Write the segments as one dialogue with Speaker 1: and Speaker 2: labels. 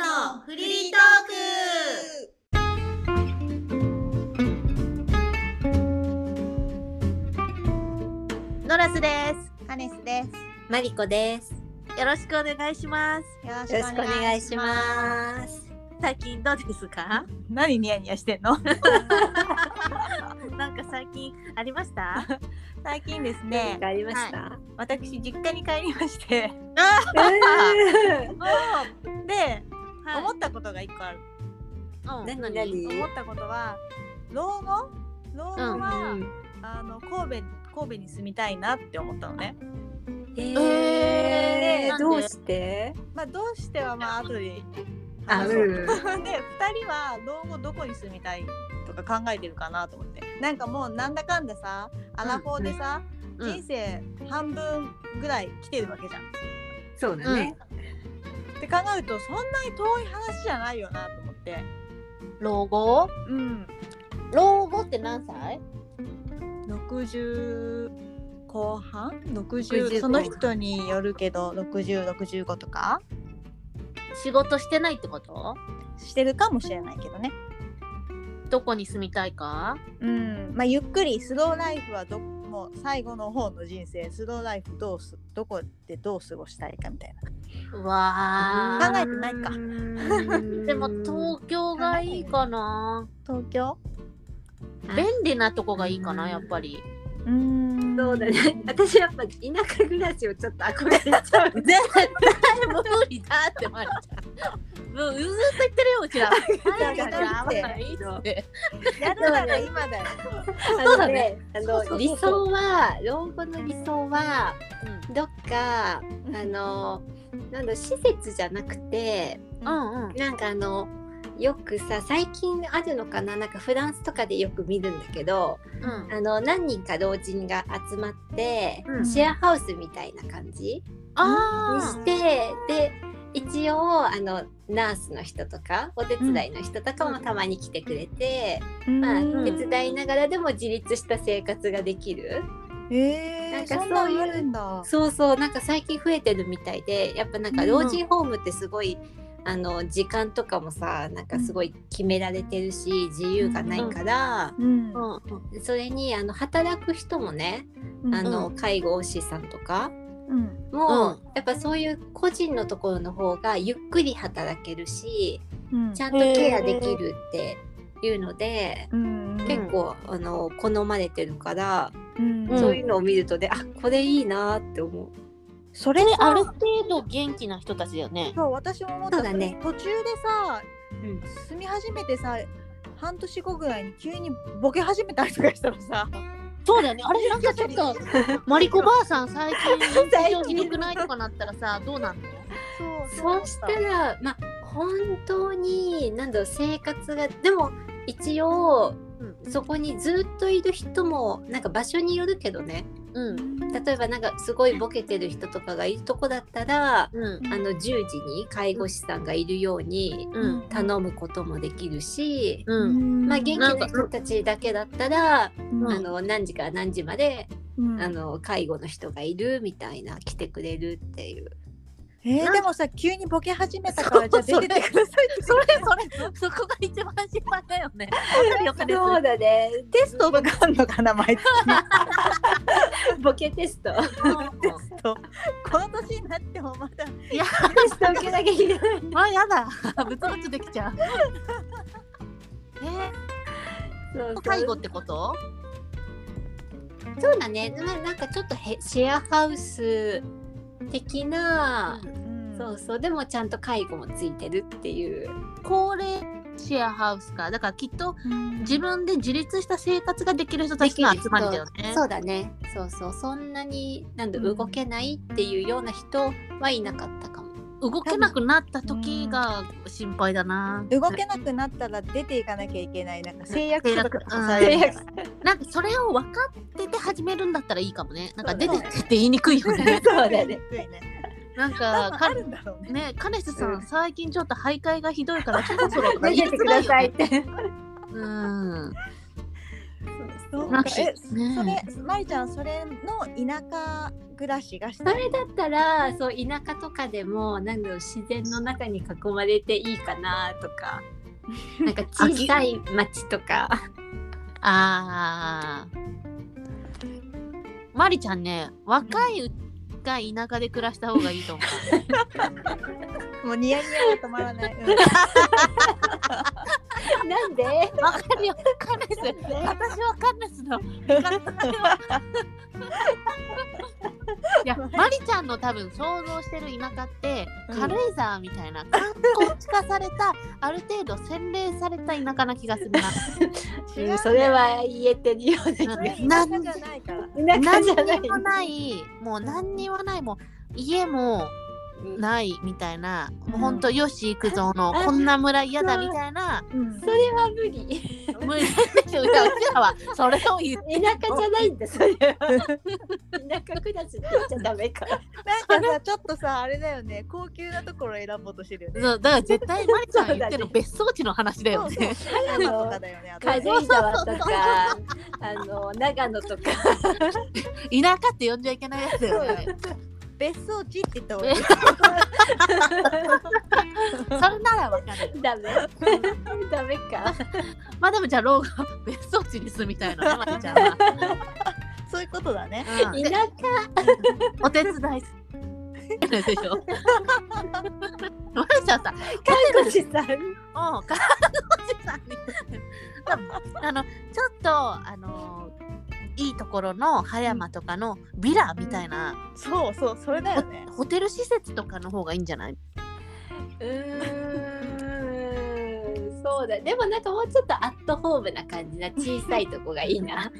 Speaker 1: のフリートーク
Speaker 2: ノラスです。カネスです。
Speaker 1: マリコです。
Speaker 2: よろしくお願いします。
Speaker 1: よろしくお願いし
Speaker 2: す。
Speaker 1: ます。
Speaker 2: 最近どうですか？
Speaker 3: 何ニヤニヤしてんの
Speaker 2: なんか最近ありました？
Speaker 3: 最近です
Speaker 1: 何
Speaker 3: ね
Speaker 1: かありました、
Speaker 3: 私実家に帰りまして
Speaker 1: えー
Speaker 3: で、
Speaker 2: はい
Speaker 3: 思ったことが一個ある
Speaker 2: うん
Speaker 1: 何
Speaker 2: 何
Speaker 1: 何
Speaker 3: 思ったことは老後老後
Speaker 1: うん
Speaker 3: は、あの神戸神戸に住みたいなって思ったのね
Speaker 1: え
Speaker 2: な
Speaker 1: ー、
Speaker 2: んで
Speaker 1: どうして
Speaker 3: まあどうしてはまあ後で
Speaker 1: あ、
Speaker 3: 話そうう で2
Speaker 1: ん
Speaker 3: 人は老後どこに住みたいとか考えてるかなと思ってなんかもうなんだかんださアラフォーでさ、
Speaker 2: うん
Speaker 3: 人生半分ぐらい来てるわけじゃん
Speaker 1: そうだね。
Speaker 3: って考えるとそんなに遠い話じゃないよなと思って
Speaker 2: 老後？
Speaker 3: うん
Speaker 2: 老後って何歳？
Speaker 3: 60後半
Speaker 1: 60
Speaker 3: 60その人によるけど6065とか
Speaker 2: 仕事してないってこと？
Speaker 3: してるかもしれないけどね
Speaker 2: どこに住みたいか？
Speaker 3: うんまあゆっくりスローライフはどもう最後の方の人生スローライフどうすどこでどう過ごしたいかみたいな
Speaker 2: うわ
Speaker 3: 考
Speaker 2: あ。
Speaker 3: えてないか
Speaker 1: か
Speaker 2: でも東京がいいかな。
Speaker 3: 東京
Speaker 1: うん
Speaker 2: 便利なとこがいいかなやっぱ り。
Speaker 3: うん
Speaker 1: そうだね。私やっぱ田舎暮らしをちょっと憧れちゃう。
Speaker 2: 絶対無理だってマリちゃん。もううずっと言ってるようちら。
Speaker 3: だから
Speaker 2: 合わないっつって。
Speaker 3: やるなら今だよ
Speaker 1: そう
Speaker 2: だね。
Speaker 3: そ
Speaker 1: あ
Speaker 3: うそう
Speaker 1: の
Speaker 3: そう
Speaker 1: 理想は老後の理想はどっかあ
Speaker 3: うん
Speaker 1: のなんだろう施設じゃなくて
Speaker 2: うんうんうん。
Speaker 1: なんかあのよくさ最近あるのかななんかフランスとかでよく見るんだけど
Speaker 2: うん
Speaker 1: あの何人か老人が集まって、
Speaker 2: うん
Speaker 1: シェアハウスみたいな感じに
Speaker 2: あ
Speaker 1: して、で一応あのナースの人とかお手伝いの人とかもたまに来てくれて、まあ、手伝いながらでも自立した生活ができる、
Speaker 3: えー、
Speaker 1: なんか
Speaker 3: そんな
Speaker 1: そうい
Speaker 3: ん
Speaker 1: う
Speaker 3: あるんだ
Speaker 1: そうそうなんか最近増えてるみたいでやっぱなんか老人ホームってすごい、あの時間とかもさなんかすごい決められてるし自由がないから、
Speaker 3: うん
Speaker 2: あ。
Speaker 1: それにあの働く人もねあの、介護士さんとか
Speaker 3: うん
Speaker 1: も、
Speaker 2: うん
Speaker 1: やっぱそういう個人のところの方がゆっくり働けるし
Speaker 3: うん
Speaker 1: ちゃんとケアできるっていうので。
Speaker 3: うんうん
Speaker 1: 結構あの好まれてるから、
Speaker 3: うん
Speaker 2: ん
Speaker 1: そういうのを見るとであこれいいなって思う。
Speaker 3: それで
Speaker 2: ある程度元気な人たちだよね。
Speaker 3: そう私も思った
Speaker 1: そうだね
Speaker 3: 途中でさ、
Speaker 1: うん
Speaker 3: 住み始めてさ半年後ぐらいに急にボケ始めたりとかしたらさ
Speaker 2: そうだよね。 あれなんかちょっとマリコばあさん 最近日常ひどくないとかなったらさどうなんの？
Speaker 3: そう
Speaker 1: そうしたらまあ本当に何だろう生活がでも一応そこにずっといる人もなんか場所によるけどね
Speaker 2: うん
Speaker 1: 例えばなんかすごいボケてる人とかがいるとこだったら
Speaker 2: うん
Speaker 1: あの10時に介護士さんがいるように
Speaker 2: うん
Speaker 1: 頼むこともできるし、
Speaker 2: うん。
Speaker 1: まあ、元気
Speaker 2: な
Speaker 1: なん
Speaker 2: か
Speaker 1: 人たちだけだったら、
Speaker 3: うん
Speaker 1: あの何時から何時まで、
Speaker 3: うん
Speaker 1: あの介護の人がいるみたいな来てくれるっていう。
Speaker 3: えー、でもさ急にボケ始めたからじゃあ
Speaker 1: そう
Speaker 3: 出てってくださいって
Speaker 2: それそれ そこが一番心配だよ ね。わかるよ金
Speaker 1: そうだね
Speaker 3: テストとかあんのかな毎月
Speaker 1: ボケテスト。
Speaker 2: 子。
Speaker 3: とこの年になってもまだ
Speaker 2: いや
Speaker 1: テスト受けなきゃいけない。
Speaker 2: まあやだ。 ぶつぶつできち ゃう。え
Speaker 1: そう
Speaker 2: ー、
Speaker 1: そう
Speaker 2: 介護ってこと？
Speaker 1: そうだね。まあなんかちょっとへシェアハウス的な、
Speaker 3: うん
Speaker 1: そうそうでもちゃんと介護もついてるっていう。
Speaker 2: 高齢シェアハウスか。だからきっと
Speaker 3: うん
Speaker 2: 自分で自立した生活ができる人たちの集まりだよね。
Speaker 1: そうだね。そうそうそんなになんだ動けないっていうような人はいなかったかも。
Speaker 2: 動けなくなった時が心配だな。
Speaker 3: 動けなくなったら出ていかなきゃいけない なんか制約書とか
Speaker 2: うん
Speaker 3: されるから
Speaker 2: なんかそれを分かってて始めるんだったらいいかもね。なんか
Speaker 3: そう
Speaker 2: 出
Speaker 3: だ
Speaker 2: て
Speaker 3: ね
Speaker 2: って言いにくいよ ね。
Speaker 1: そうだね。
Speaker 2: なん
Speaker 3: 多
Speaker 2: か
Speaker 3: 分あ
Speaker 2: か
Speaker 3: るんだろうね
Speaker 2: ね、カネスさん、
Speaker 1: うん
Speaker 2: 最近ちょっと徘徊がひど いから、ちょっとそろそろ
Speaker 1: 投
Speaker 2: 言い
Speaker 1: げ
Speaker 2: づ
Speaker 1: てく
Speaker 2: ら
Speaker 1: だ
Speaker 2: いよ
Speaker 1: さいっ
Speaker 2: ね。
Speaker 1: て。
Speaker 2: うん。
Speaker 1: そうそ
Speaker 3: な
Speaker 1: うだ
Speaker 3: んかえ
Speaker 2: ね
Speaker 3: それまりちゃんそれの田舎暮らしがし
Speaker 1: そ
Speaker 3: たい
Speaker 1: れだったらそう田舎とかでもなんだろう自然の中に囲まれていいかなと かなんか小さい町とか
Speaker 2: ああ。マリちゃんね、若いうちが田舎で暮らした方がいいと思う。
Speaker 3: もうニヤニヤが止まらない、うん
Speaker 1: なんで
Speaker 2: わかるよ、わかんないです。私わかんないですの。いや、マリちゃんの多分想像してる田舎って、
Speaker 3: うん
Speaker 2: 軽井沢みたいな、観光地化された、ある程度洗練された田舎な気がするな。
Speaker 3: 違う
Speaker 1: うんそれは言えてるような
Speaker 3: それ田舎
Speaker 2: なん
Speaker 3: じゃないから
Speaker 1: 田舎
Speaker 2: 何
Speaker 1: じゃない
Speaker 2: にもない、もう何にもない、もう家もないみたいな、もうほんとよし行くぞの、
Speaker 1: あ
Speaker 2: こんな村嫌だみたいな、
Speaker 3: うん
Speaker 1: それは無理
Speaker 2: 無理でしょ、うちらはそれを言って。
Speaker 1: 田舎じゃないんだそれは 田舎暮らしって言っちゃダメか
Speaker 3: なんかさちょっとさあれだよね高級なところを選ぼうとしてるよね
Speaker 2: そうだから絶対マリちゃんが言ってるの別荘地の話だよ
Speaker 3: そう
Speaker 2: ね。
Speaker 3: そう長野とかだよねあと
Speaker 1: 軽井沢と かあの長野とか
Speaker 2: 田舎って呼んじゃいけないやつだよね。
Speaker 3: 別荘地って言った方がいい
Speaker 2: それならわかる。
Speaker 1: ダメダメか
Speaker 2: まあでもじゃあ老後は別荘地に住みたいのねマリちゃんは。
Speaker 3: そういうことだ ね
Speaker 1: 田
Speaker 2: うん
Speaker 1: 舎
Speaker 2: お手伝いするでしょ。マリちゃんさ、
Speaker 1: 看護師さ
Speaker 2: もう
Speaker 1: ん
Speaker 2: 看護師さんにあのちょっとあのいいところの葉山とかのビラみたいな、
Speaker 3: そうそうそれだよね
Speaker 2: ホテル施設とかの方がいいんじゃないう
Speaker 1: ーんそうだでもなんかもうちょっとアットホームな感じな小さいとこがいいな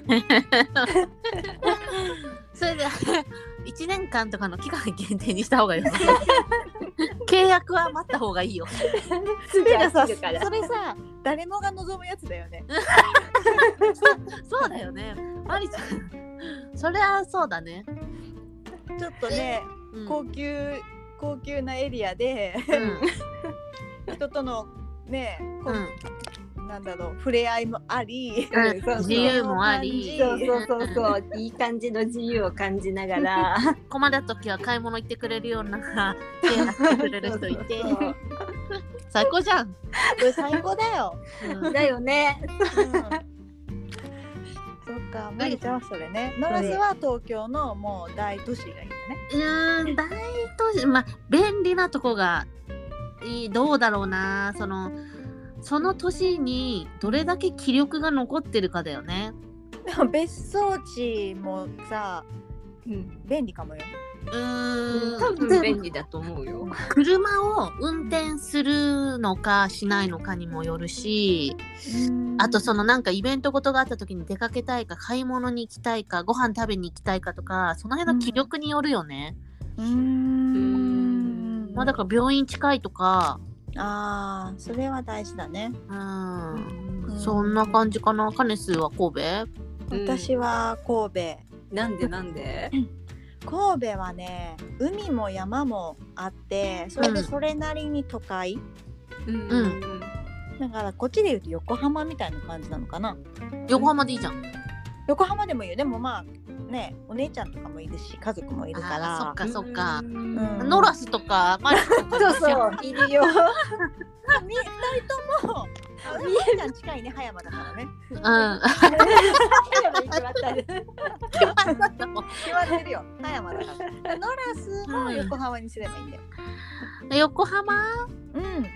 Speaker 2: それで 1年間とかの期間限定にした方がいいよ 契約は待った方がいいよ
Speaker 1: すぐ
Speaker 3: てかさ
Speaker 1: 飽きるから
Speaker 3: それさ誰もが望むやつだよね
Speaker 2: そうだよねマリちゃんそれはそうだね、
Speaker 3: ちょっとね
Speaker 2: うん
Speaker 3: 高級高級なエリアで
Speaker 2: うん
Speaker 3: 人とのねこ
Speaker 2: う
Speaker 3: うんなんだろう触れ合いもあ り
Speaker 2: うん
Speaker 3: そうそう
Speaker 2: 自由もあり
Speaker 1: そうそうそうそういい感じの自由を感じながら
Speaker 2: 困った時は買い物行ってくれるような契約してくれる人いて
Speaker 3: そうそう
Speaker 2: 最高じゃん、
Speaker 3: これ最高だよ、
Speaker 2: うん
Speaker 1: だよね
Speaker 3: うんそっかマリちゃんはそれねノラスは東京のもう大都市がいいんだね
Speaker 2: うーん大都市まあ便利なとこがいいどうだろうなそのその年にどれだけ気力が残ってるかだよね
Speaker 3: でも別荘地もさ
Speaker 1: うん
Speaker 3: 便利かもよ
Speaker 2: うーん
Speaker 1: 多分便利だと思うよ
Speaker 2: 車を運転するのかしないのかにもよるしあとそのなんかイベントごとがあった時に出かけたいか買い物に行きたいかご飯食べに行きたいかとかその辺の気力によるよね、
Speaker 3: うーん
Speaker 2: まあだから病院近いとか
Speaker 3: あーそれは大事だね
Speaker 2: うーん
Speaker 3: うん
Speaker 2: そんな感じかなカネスは神戸
Speaker 1: うん
Speaker 3: 私は神戸、
Speaker 1: なんでなんで
Speaker 3: 神戸はね海も山もあってそれで
Speaker 2: うん
Speaker 3: それなりに都会、
Speaker 1: うん
Speaker 2: う
Speaker 3: だからこっちで言うと横浜みたいな感じなのかな
Speaker 2: 横浜でいいじゃん
Speaker 3: 横浜でもいいよでもまあねお姉ちゃんとかもいるし家族もいるか
Speaker 2: あーそっ
Speaker 3: ら
Speaker 2: かそっか
Speaker 1: う、
Speaker 3: うん
Speaker 1: ん
Speaker 2: ノラスとかマリコとか
Speaker 1: そうそういるよ
Speaker 3: み2人ともあお姉ちゃん近いね葉山だからね
Speaker 2: うん
Speaker 3: 言われるよ葉山だからノラスも横浜にすればいいんだよ
Speaker 2: 横浜
Speaker 3: うん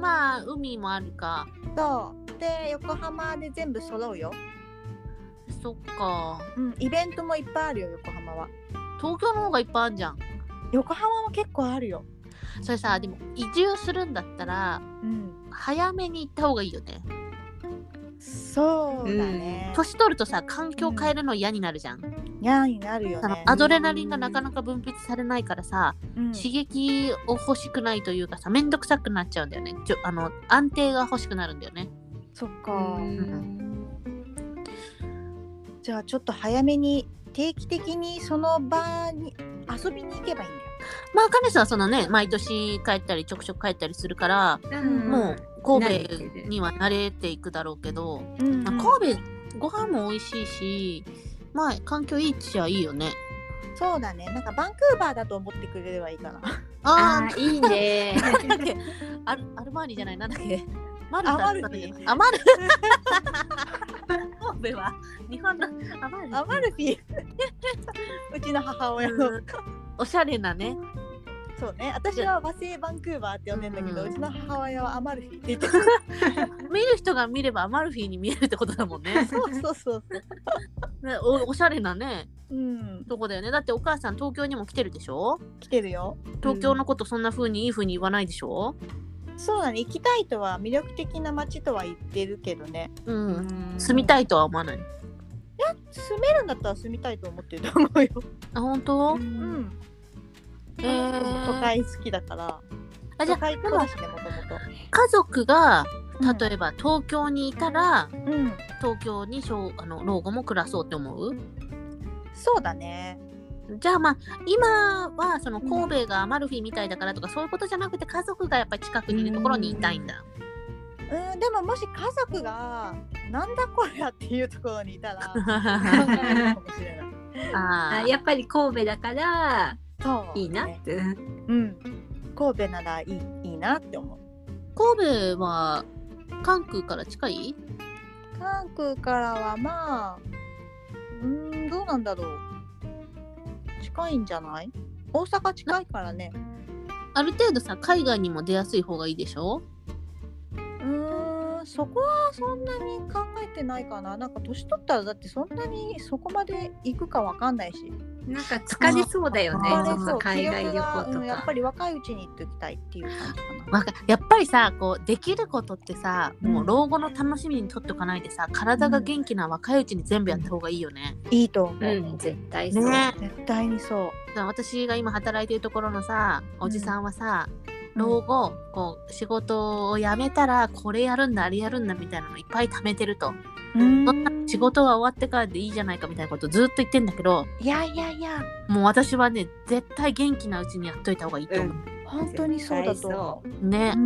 Speaker 2: まあ海もあるか
Speaker 3: そうで横浜で全部揃うよ、
Speaker 2: そっか
Speaker 3: うん、イベントもいっぱいあるよ横浜は
Speaker 2: 東京の方がいっぱいあるじゃん
Speaker 3: 横浜も結構あるよ
Speaker 2: それさでも移住するんだったら
Speaker 3: うん
Speaker 2: 早めに行った方がいいよね
Speaker 3: そうだね、
Speaker 2: 年取るとさ環境変えるの嫌になるじゃん、
Speaker 3: 嫌になるよ
Speaker 2: その
Speaker 3: ね
Speaker 2: アドレナリンがなかなか分泌されないからさ、
Speaker 3: うん
Speaker 2: 刺激を欲しくないというかさめんどくさくなっちゃうんだよねちょあの安定が欲しくなるんだよね
Speaker 3: そっか、じゃあちょっと早めに定期的にその場に遊びに行けばいいんだよ
Speaker 2: まあカネさんはそのね毎年帰ったりちょくちょく帰ったりするから、
Speaker 1: うん
Speaker 2: もう
Speaker 1: 慣れ
Speaker 2: 神
Speaker 1: て
Speaker 2: 戸
Speaker 1: る
Speaker 2: には慣れていくだろうけど、
Speaker 3: うん
Speaker 2: まあ神戸ご飯も美味しいし、まあ、環境いいっちゃいいよね。
Speaker 3: そうだねなんかバンクーバーだと思ってくれればいいかな
Speaker 1: あ
Speaker 2: あ
Speaker 1: ーいいね。
Speaker 2: ー、なんだっけアルアルマーニじゃない、なんだっけ。マルタ
Speaker 3: あマル
Speaker 2: だ
Speaker 3: デ
Speaker 2: ったっけ
Speaker 3: ィ
Speaker 2: あ、マル。神戸は日本のアマルディ
Speaker 3: アマルフ ィうちの母親の、
Speaker 2: うんおしゃれなね。
Speaker 3: そうね私は和製バンクーバーって呼んでんだけど、
Speaker 2: う
Speaker 3: うんちの母親はアマルフィって言って る
Speaker 2: 見る人が見ればアマルフィに見えるってことだもんね。
Speaker 3: そうそうそうそう
Speaker 2: ねおおしゃれなね、
Speaker 3: うん
Speaker 2: とこだよね。だってお母さん東京にも来てるでしょ
Speaker 3: 来てるよ
Speaker 2: 東京のことそんな風にいい風に言わないでしょ
Speaker 3: そうだね行きたいとは魅力的な街とは言ってるけどね
Speaker 2: うん。住みた
Speaker 3: い
Speaker 2: いとは思わない。
Speaker 3: 住めるんだったら住みたいと思ってると思うよ
Speaker 2: あ、本当
Speaker 3: う
Speaker 1: うん
Speaker 3: ん
Speaker 2: えー
Speaker 3: 都会好きだから
Speaker 2: あじ
Speaker 3: 都
Speaker 2: ゃあ
Speaker 3: 会暮らしでもともと
Speaker 2: 家族が、
Speaker 3: うん
Speaker 2: 例えば東京にいたら、
Speaker 3: うん
Speaker 2: 東京に小あの老後も暮らそうって思う
Speaker 3: そうだね
Speaker 2: じゃあまあ今はその神戸がアマルフィみたいだからとかそういうことじゃなくて家族がやっぱり近くにいるところにいたいんだ。
Speaker 3: うんでももし家族がなんだこりゃっていうところにいた ら考
Speaker 2: あ
Speaker 3: えるかもしれない
Speaker 1: あ
Speaker 2: あ
Speaker 1: やっぱり神戸だから
Speaker 3: そう
Speaker 1: いいなっ
Speaker 3: ね
Speaker 1: て。
Speaker 3: うん神戸ならいいいいなって思う
Speaker 2: 神戸は関空から近い
Speaker 3: 関空からはまあうーんどうなんだろう近いんじゃない大阪近いからね
Speaker 2: ある程度さ海外にも出やすい方がいいでしょ
Speaker 3: うーんそこはそんなに考えてないかななんか年取ったらだってそんなにそこまで行くかわかんないし
Speaker 1: なんか疲れそうだよね。
Speaker 2: あー
Speaker 1: そんな海外旅
Speaker 3: 気力が
Speaker 1: 行と
Speaker 3: うんやっ
Speaker 1: か
Speaker 3: ぱ。り若いうちに行っておきたいっていう感じかな
Speaker 2: わかやっぱりさこうできることってさもう老後の楽しみにとっておかないでさ体が元気な若いうちに全部やった方がいいよね。
Speaker 3: いいと思う、
Speaker 1: うん、絶対そう。
Speaker 2: ね
Speaker 3: 絶対にそう
Speaker 2: だから私が今働いてるところのさおじさんはさ、
Speaker 3: うん
Speaker 2: 老後こう仕事を辞めたらこれやるんだあれやるんだみたいなのいっぱい貯めてると、そんな仕事が終わってからでいいじゃないかみたいなことずっと言ってんだけど
Speaker 3: いやいやいや
Speaker 2: もう私はね絶対元気なうちにやっといた方がいいと思
Speaker 3: 本当にそうだと思
Speaker 2: う、ね
Speaker 3: う、う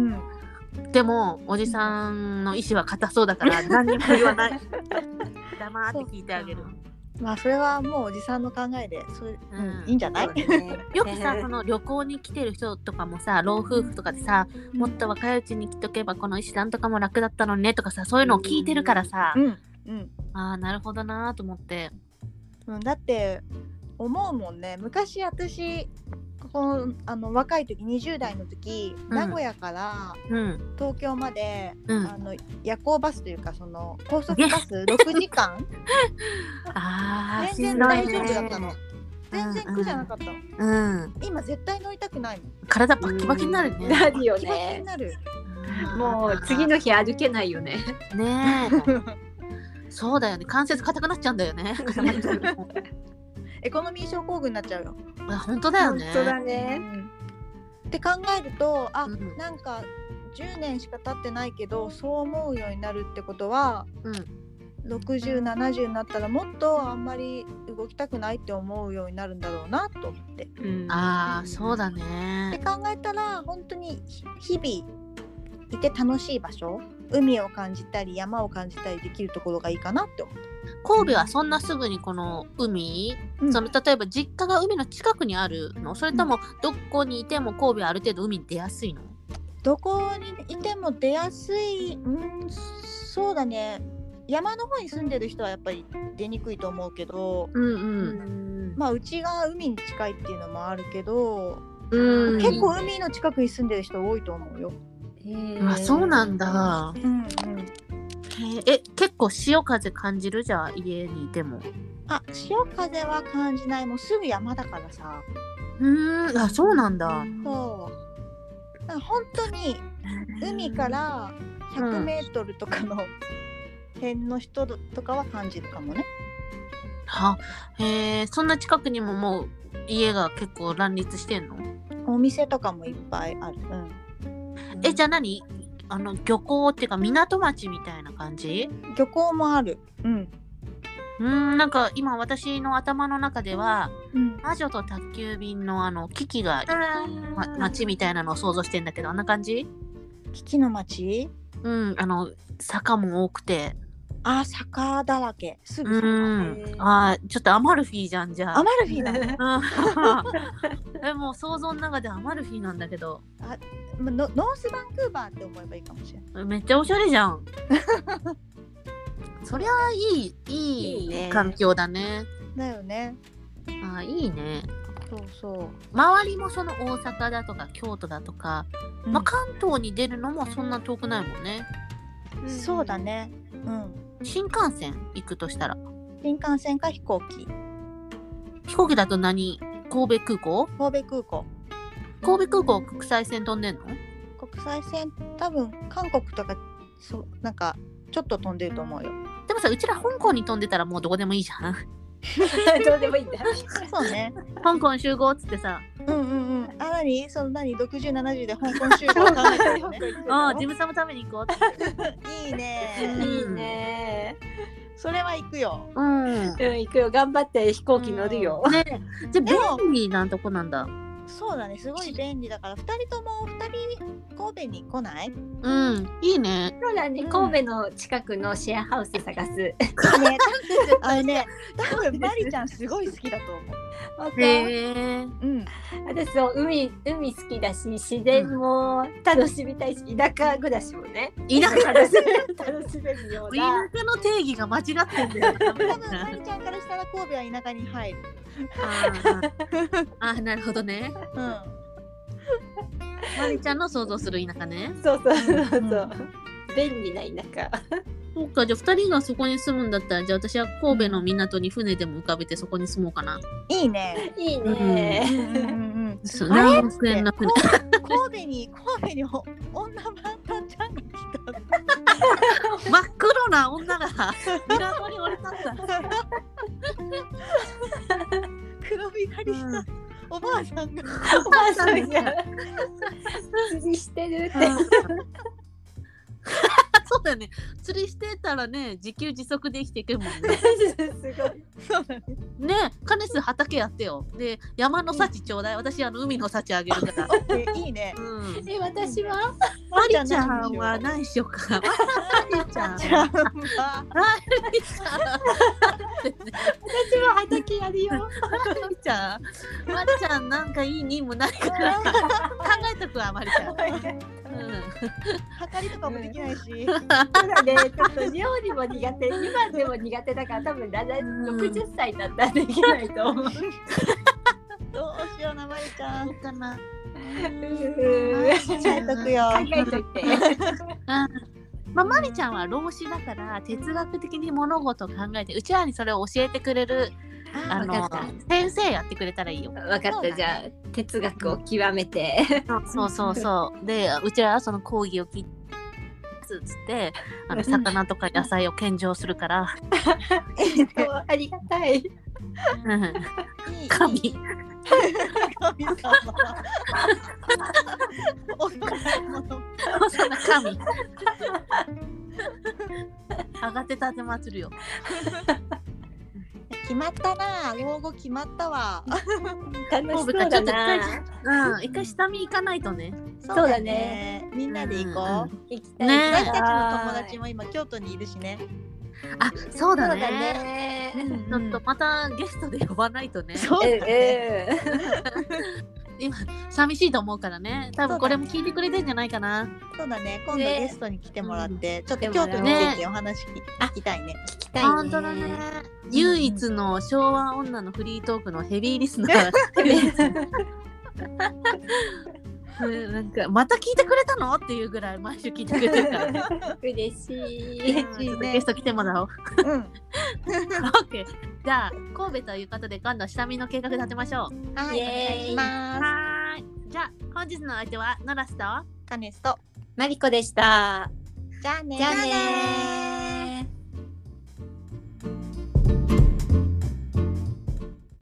Speaker 3: ん、
Speaker 2: でもおじさんの意志は固そうだから何にも言わない 黙って聞いてあげる
Speaker 3: まあそれはもうおじさんの考えでそれ、うん
Speaker 2: うん
Speaker 3: いいんじゃない、
Speaker 1: 絶対そう。
Speaker 2: よくさその旅行に来てる人とかもさ老夫婦とかでさもっと若いうちに来とけばこの石段とかも楽だったのにねとかさそういうのを聞いてるからさ、
Speaker 3: うんうん
Speaker 2: ああなるほどなーと思って
Speaker 3: うん、だって思うもんね昔私ここあの若い時20代の時、
Speaker 2: うん
Speaker 3: 名古屋から
Speaker 2: うん
Speaker 3: 東京まで、
Speaker 2: うん
Speaker 3: あの夜行バスというかその高速バス6時間
Speaker 2: あー
Speaker 3: 全然大丈夫だったの全然苦じゃなかったの、
Speaker 2: うん
Speaker 3: 今絶対乗りたくないもん
Speaker 2: 体バッキバキになるね
Speaker 1: なるよ
Speaker 3: 気持ちに
Speaker 1: ね。
Speaker 3: なる、
Speaker 1: もう次の日歩けないよね。
Speaker 2: ねえそうだよね関節硬くなっちゃうんだよね固まっちゃうよ
Speaker 3: エコノミー症候群になっちゃうよ、
Speaker 2: あ本当だよね
Speaker 3: う
Speaker 1: ね。
Speaker 3: んって考えるとあ、
Speaker 2: うん
Speaker 3: なんか10年しか経ってないけどそう思うようになるってことは、6070になったらもっとあんまり動きたくないって思うようになるんだろうなと思って。
Speaker 1: うん
Speaker 2: ああそうだ
Speaker 3: って
Speaker 2: ね
Speaker 3: 考えたら本当に日々いて楽しい場所海を感じたり山を感じたりできるところがいいかなって思
Speaker 2: 神戸はそんなすぐにこの海
Speaker 3: う。
Speaker 2: その例えば実家が海の近くにあるのそれともどこにいても神戸はある程度海に出やすいの
Speaker 3: どこにいても出やすいうんそうだね山の方に住んでる人はやっぱり出にくいと思うけど、
Speaker 2: うん
Speaker 1: うん
Speaker 3: まあうちが海に近いっていうのもあるけど、
Speaker 2: うん
Speaker 3: 結構海の近くに住んでる人多いと思うよ。
Speaker 2: あそうなん。だ
Speaker 3: うん
Speaker 2: へええ結構潮風感じるじゃあ家にいても
Speaker 3: あ潮風は感じないもうすぐ山だからさ、
Speaker 2: うーんあそうなんだ
Speaker 3: そうだから本当に海から
Speaker 2: う
Speaker 3: 100
Speaker 2: ん
Speaker 3: メートルとかの辺の人とかは感じるかもね。
Speaker 2: はへえそんな近くにももう家が結構乱立してんの
Speaker 3: お店とかもいっぱいある。うん
Speaker 2: えじゃあ何あの漁港っていうか港町みたいな感じ
Speaker 3: 漁港もある。うん。
Speaker 2: うーんなんか今私の頭の中では
Speaker 3: うん。
Speaker 2: 魔女と宅急便のあのキキが
Speaker 1: あ
Speaker 2: ま、
Speaker 1: ー
Speaker 2: 町みたいなのを想像してんだけどあんな感じ
Speaker 3: キキの町？
Speaker 2: うんあの坂も多くて
Speaker 3: あ坂だらけすぐ
Speaker 2: う
Speaker 3: 坂
Speaker 2: ん。あーちょっとアマルフィじゃんじゃ
Speaker 3: ア
Speaker 2: あ。
Speaker 3: マルフィだね
Speaker 2: えもう想像の中でアマルフィなんだけど
Speaker 3: まノノースバンクーバーって思えばいいかもしれない
Speaker 2: めっちゃおしゃれじゃん。 そりゃいいいい
Speaker 1: いいね
Speaker 2: 環境だね。
Speaker 3: だよね
Speaker 2: あーいいね。
Speaker 3: そうそ
Speaker 2: 周りもその大阪だとか京都だとか、
Speaker 3: う、
Speaker 2: まあ、関東に出るのもそんな遠くないもんね。
Speaker 3: うんそうだ。ねうん
Speaker 2: 新幹線行くとしたら
Speaker 3: 新幹線か飛行機
Speaker 2: 飛行機だと何神戸空港
Speaker 3: 神戸空港
Speaker 2: 神戸空港国際線飛んでんの
Speaker 3: 国際線多分韓国とかそうなんかちょっと飛んでると思う よ
Speaker 2: でもさうちら香港に飛んでたらもうどこでもいいじゃ ん
Speaker 1: どうでもいいんだ。
Speaker 3: そうね
Speaker 2: 香港集合っつってさ
Speaker 3: うんうんうんあ何その何6070で香港集 合考え てるよね
Speaker 2: ああジムさんのために行こうって
Speaker 3: いいね
Speaker 1: いいね。
Speaker 3: それは行くよ
Speaker 2: うん
Speaker 1: うん、行くよ。頑張って飛行機乗るよ。
Speaker 2: ねじ
Speaker 3: で
Speaker 2: ゃあ
Speaker 3: も
Speaker 2: 便利なとこなんだ
Speaker 3: そうだねすごい便利だから2人とも2人神戸に来ないね
Speaker 2: うんいいね
Speaker 1: そうだね。
Speaker 3: うん
Speaker 1: 神戸の近くのシェアハウス探す。
Speaker 3: あのね多分マリちゃんすごい好きだと思
Speaker 1: わかる
Speaker 2: へ
Speaker 3: う、
Speaker 2: え
Speaker 3: うん、
Speaker 1: 私そう海海好きだし自然も楽しみたいし田舎暮らしもね
Speaker 2: 田舎
Speaker 1: 楽しめ楽しめるよう
Speaker 2: 田
Speaker 1: な
Speaker 2: 舎の定義が間違ってんだよ
Speaker 3: 多分マリちゃんからしたら神戸は田舎に入る
Speaker 2: あー あーなるほどね
Speaker 3: うん
Speaker 2: まりちゃんの想像する田舎ね
Speaker 1: そうそうそうそ
Speaker 3: う
Speaker 1: う
Speaker 3: ん
Speaker 1: そう便利な田舎
Speaker 2: そうかじゃあ2人がそこに住むんだったらじゃあ私は神戸の港に船でも浮かべてそこに住もうかな。
Speaker 3: いいね
Speaker 1: いいね
Speaker 3: うんうんうん
Speaker 2: そう
Speaker 3: あれ
Speaker 2: 南北線の船。
Speaker 3: 神戸に神戸にお女バンタンちゃんが来
Speaker 2: 真っ黒な女が港に降り立った。
Speaker 3: た黒光りした、
Speaker 2: うん
Speaker 3: おばあさんが
Speaker 1: おばあさんが釣りしてるって
Speaker 2: そうだよね。釣りしてたらね自給自足で生きていくもんね。
Speaker 1: すごい
Speaker 3: そうだね
Speaker 2: ねえカネス畑やってよ。で山の幸ちょうだい。私あの海の幸あげるから。
Speaker 3: えいいね
Speaker 2: うん。
Speaker 1: え私は
Speaker 2: マリちゃんは何しようか。マリちゃん。マ
Speaker 3: じ
Speaker 2: リち
Speaker 3: ゃ
Speaker 2: ゃん。
Speaker 3: あま
Speaker 1: 私は畑やるよ
Speaker 2: マリちゃん。マリちゃんなんかいい任務ないかな。考 えとくわマリちゃん。うん。
Speaker 3: あ測りとかもできないし、
Speaker 1: そうだねちょっと料理も苦手今でも苦手だから多分だだ
Speaker 2: うん
Speaker 1: 60歳だったらできないと思う
Speaker 3: どうしようなまりちゃん
Speaker 2: どうかな。
Speaker 1: 考
Speaker 3: 考えとくよ
Speaker 1: えといて
Speaker 2: まあ、マリちゃんは老子だから哲学的に物事を考えてうちらにそれを教えてくれるあ
Speaker 1: わ
Speaker 2: の
Speaker 1: かった
Speaker 2: 先生やってくれたらいいよ。
Speaker 1: わかったじゃあ哲学を極めて
Speaker 2: そうそうそう。でうちらはその講義を聞いてつってあの魚とか野菜を献上する から、
Speaker 1: ありがたい
Speaker 2: うん、
Speaker 3: いいいい
Speaker 2: 神
Speaker 3: 神様お父様の
Speaker 2: そんな 神上がって立てまつるよ。
Speaker 3: 決まったな老後決まったわ
Speaker 1: 楽しそうだな
Speaker 2: うん、一回下見行かないとね。
Speaker 3: そう
Speaker 1: だね
Speaker 3: みんなで行こう、
Speaker 2: うんうんね
Speaker 1: 行きた
Speaker 3: 私
Speaker 1: い
Speaker 3: たちの友達も今京都にいるしね。
Speaker 2: あそうだね
Speaker 1: ね
Speaker 2: ちょっとまたゲストで呼ばないとね。
Speaker 3: そうだね。
Speaker 1: ええ
Speaker 2: 今寂しいと思うからね多分これも聞いてくれてんじゃないかな、
Speaker 3: そうだね。今度
Speaker 1: ね
Speaker 3: ゲストに来てもらって、ちょっ
Speaker 1: で
Speaker 3: と
Speaker 1: も
Speaker 3: 京都についてお話聞きたいね。
Speaker 1: 聞きたいね
Speaker 2: 本当だね唯一の昭和女のフリートークのヘビーリスナーうんなんかまた聞いてくれたのっていうぐらい毎週聞いてくれてるから、ね、
Speaker 1: 嬉しい
Speaker 3: 嬉しいね
Speaker 2: ゲスト来てもらおう
Speaker 3: うん。
Speaker 2: OK じゃあ神戸ということで今度下見の計画立てましょう
Speaker 3: はい、
Speaker 1: イ
Speaker 3: お
Speaker 1: エーイ
Speaker 3: 願いします。
Speaker 2: はーいじゃあ本日のお相手はノラスと
Speaker 3: カネスト。
Speaker 1: マリコでした
Speaker 3: じゃあね
Speaker 1: じゃあねー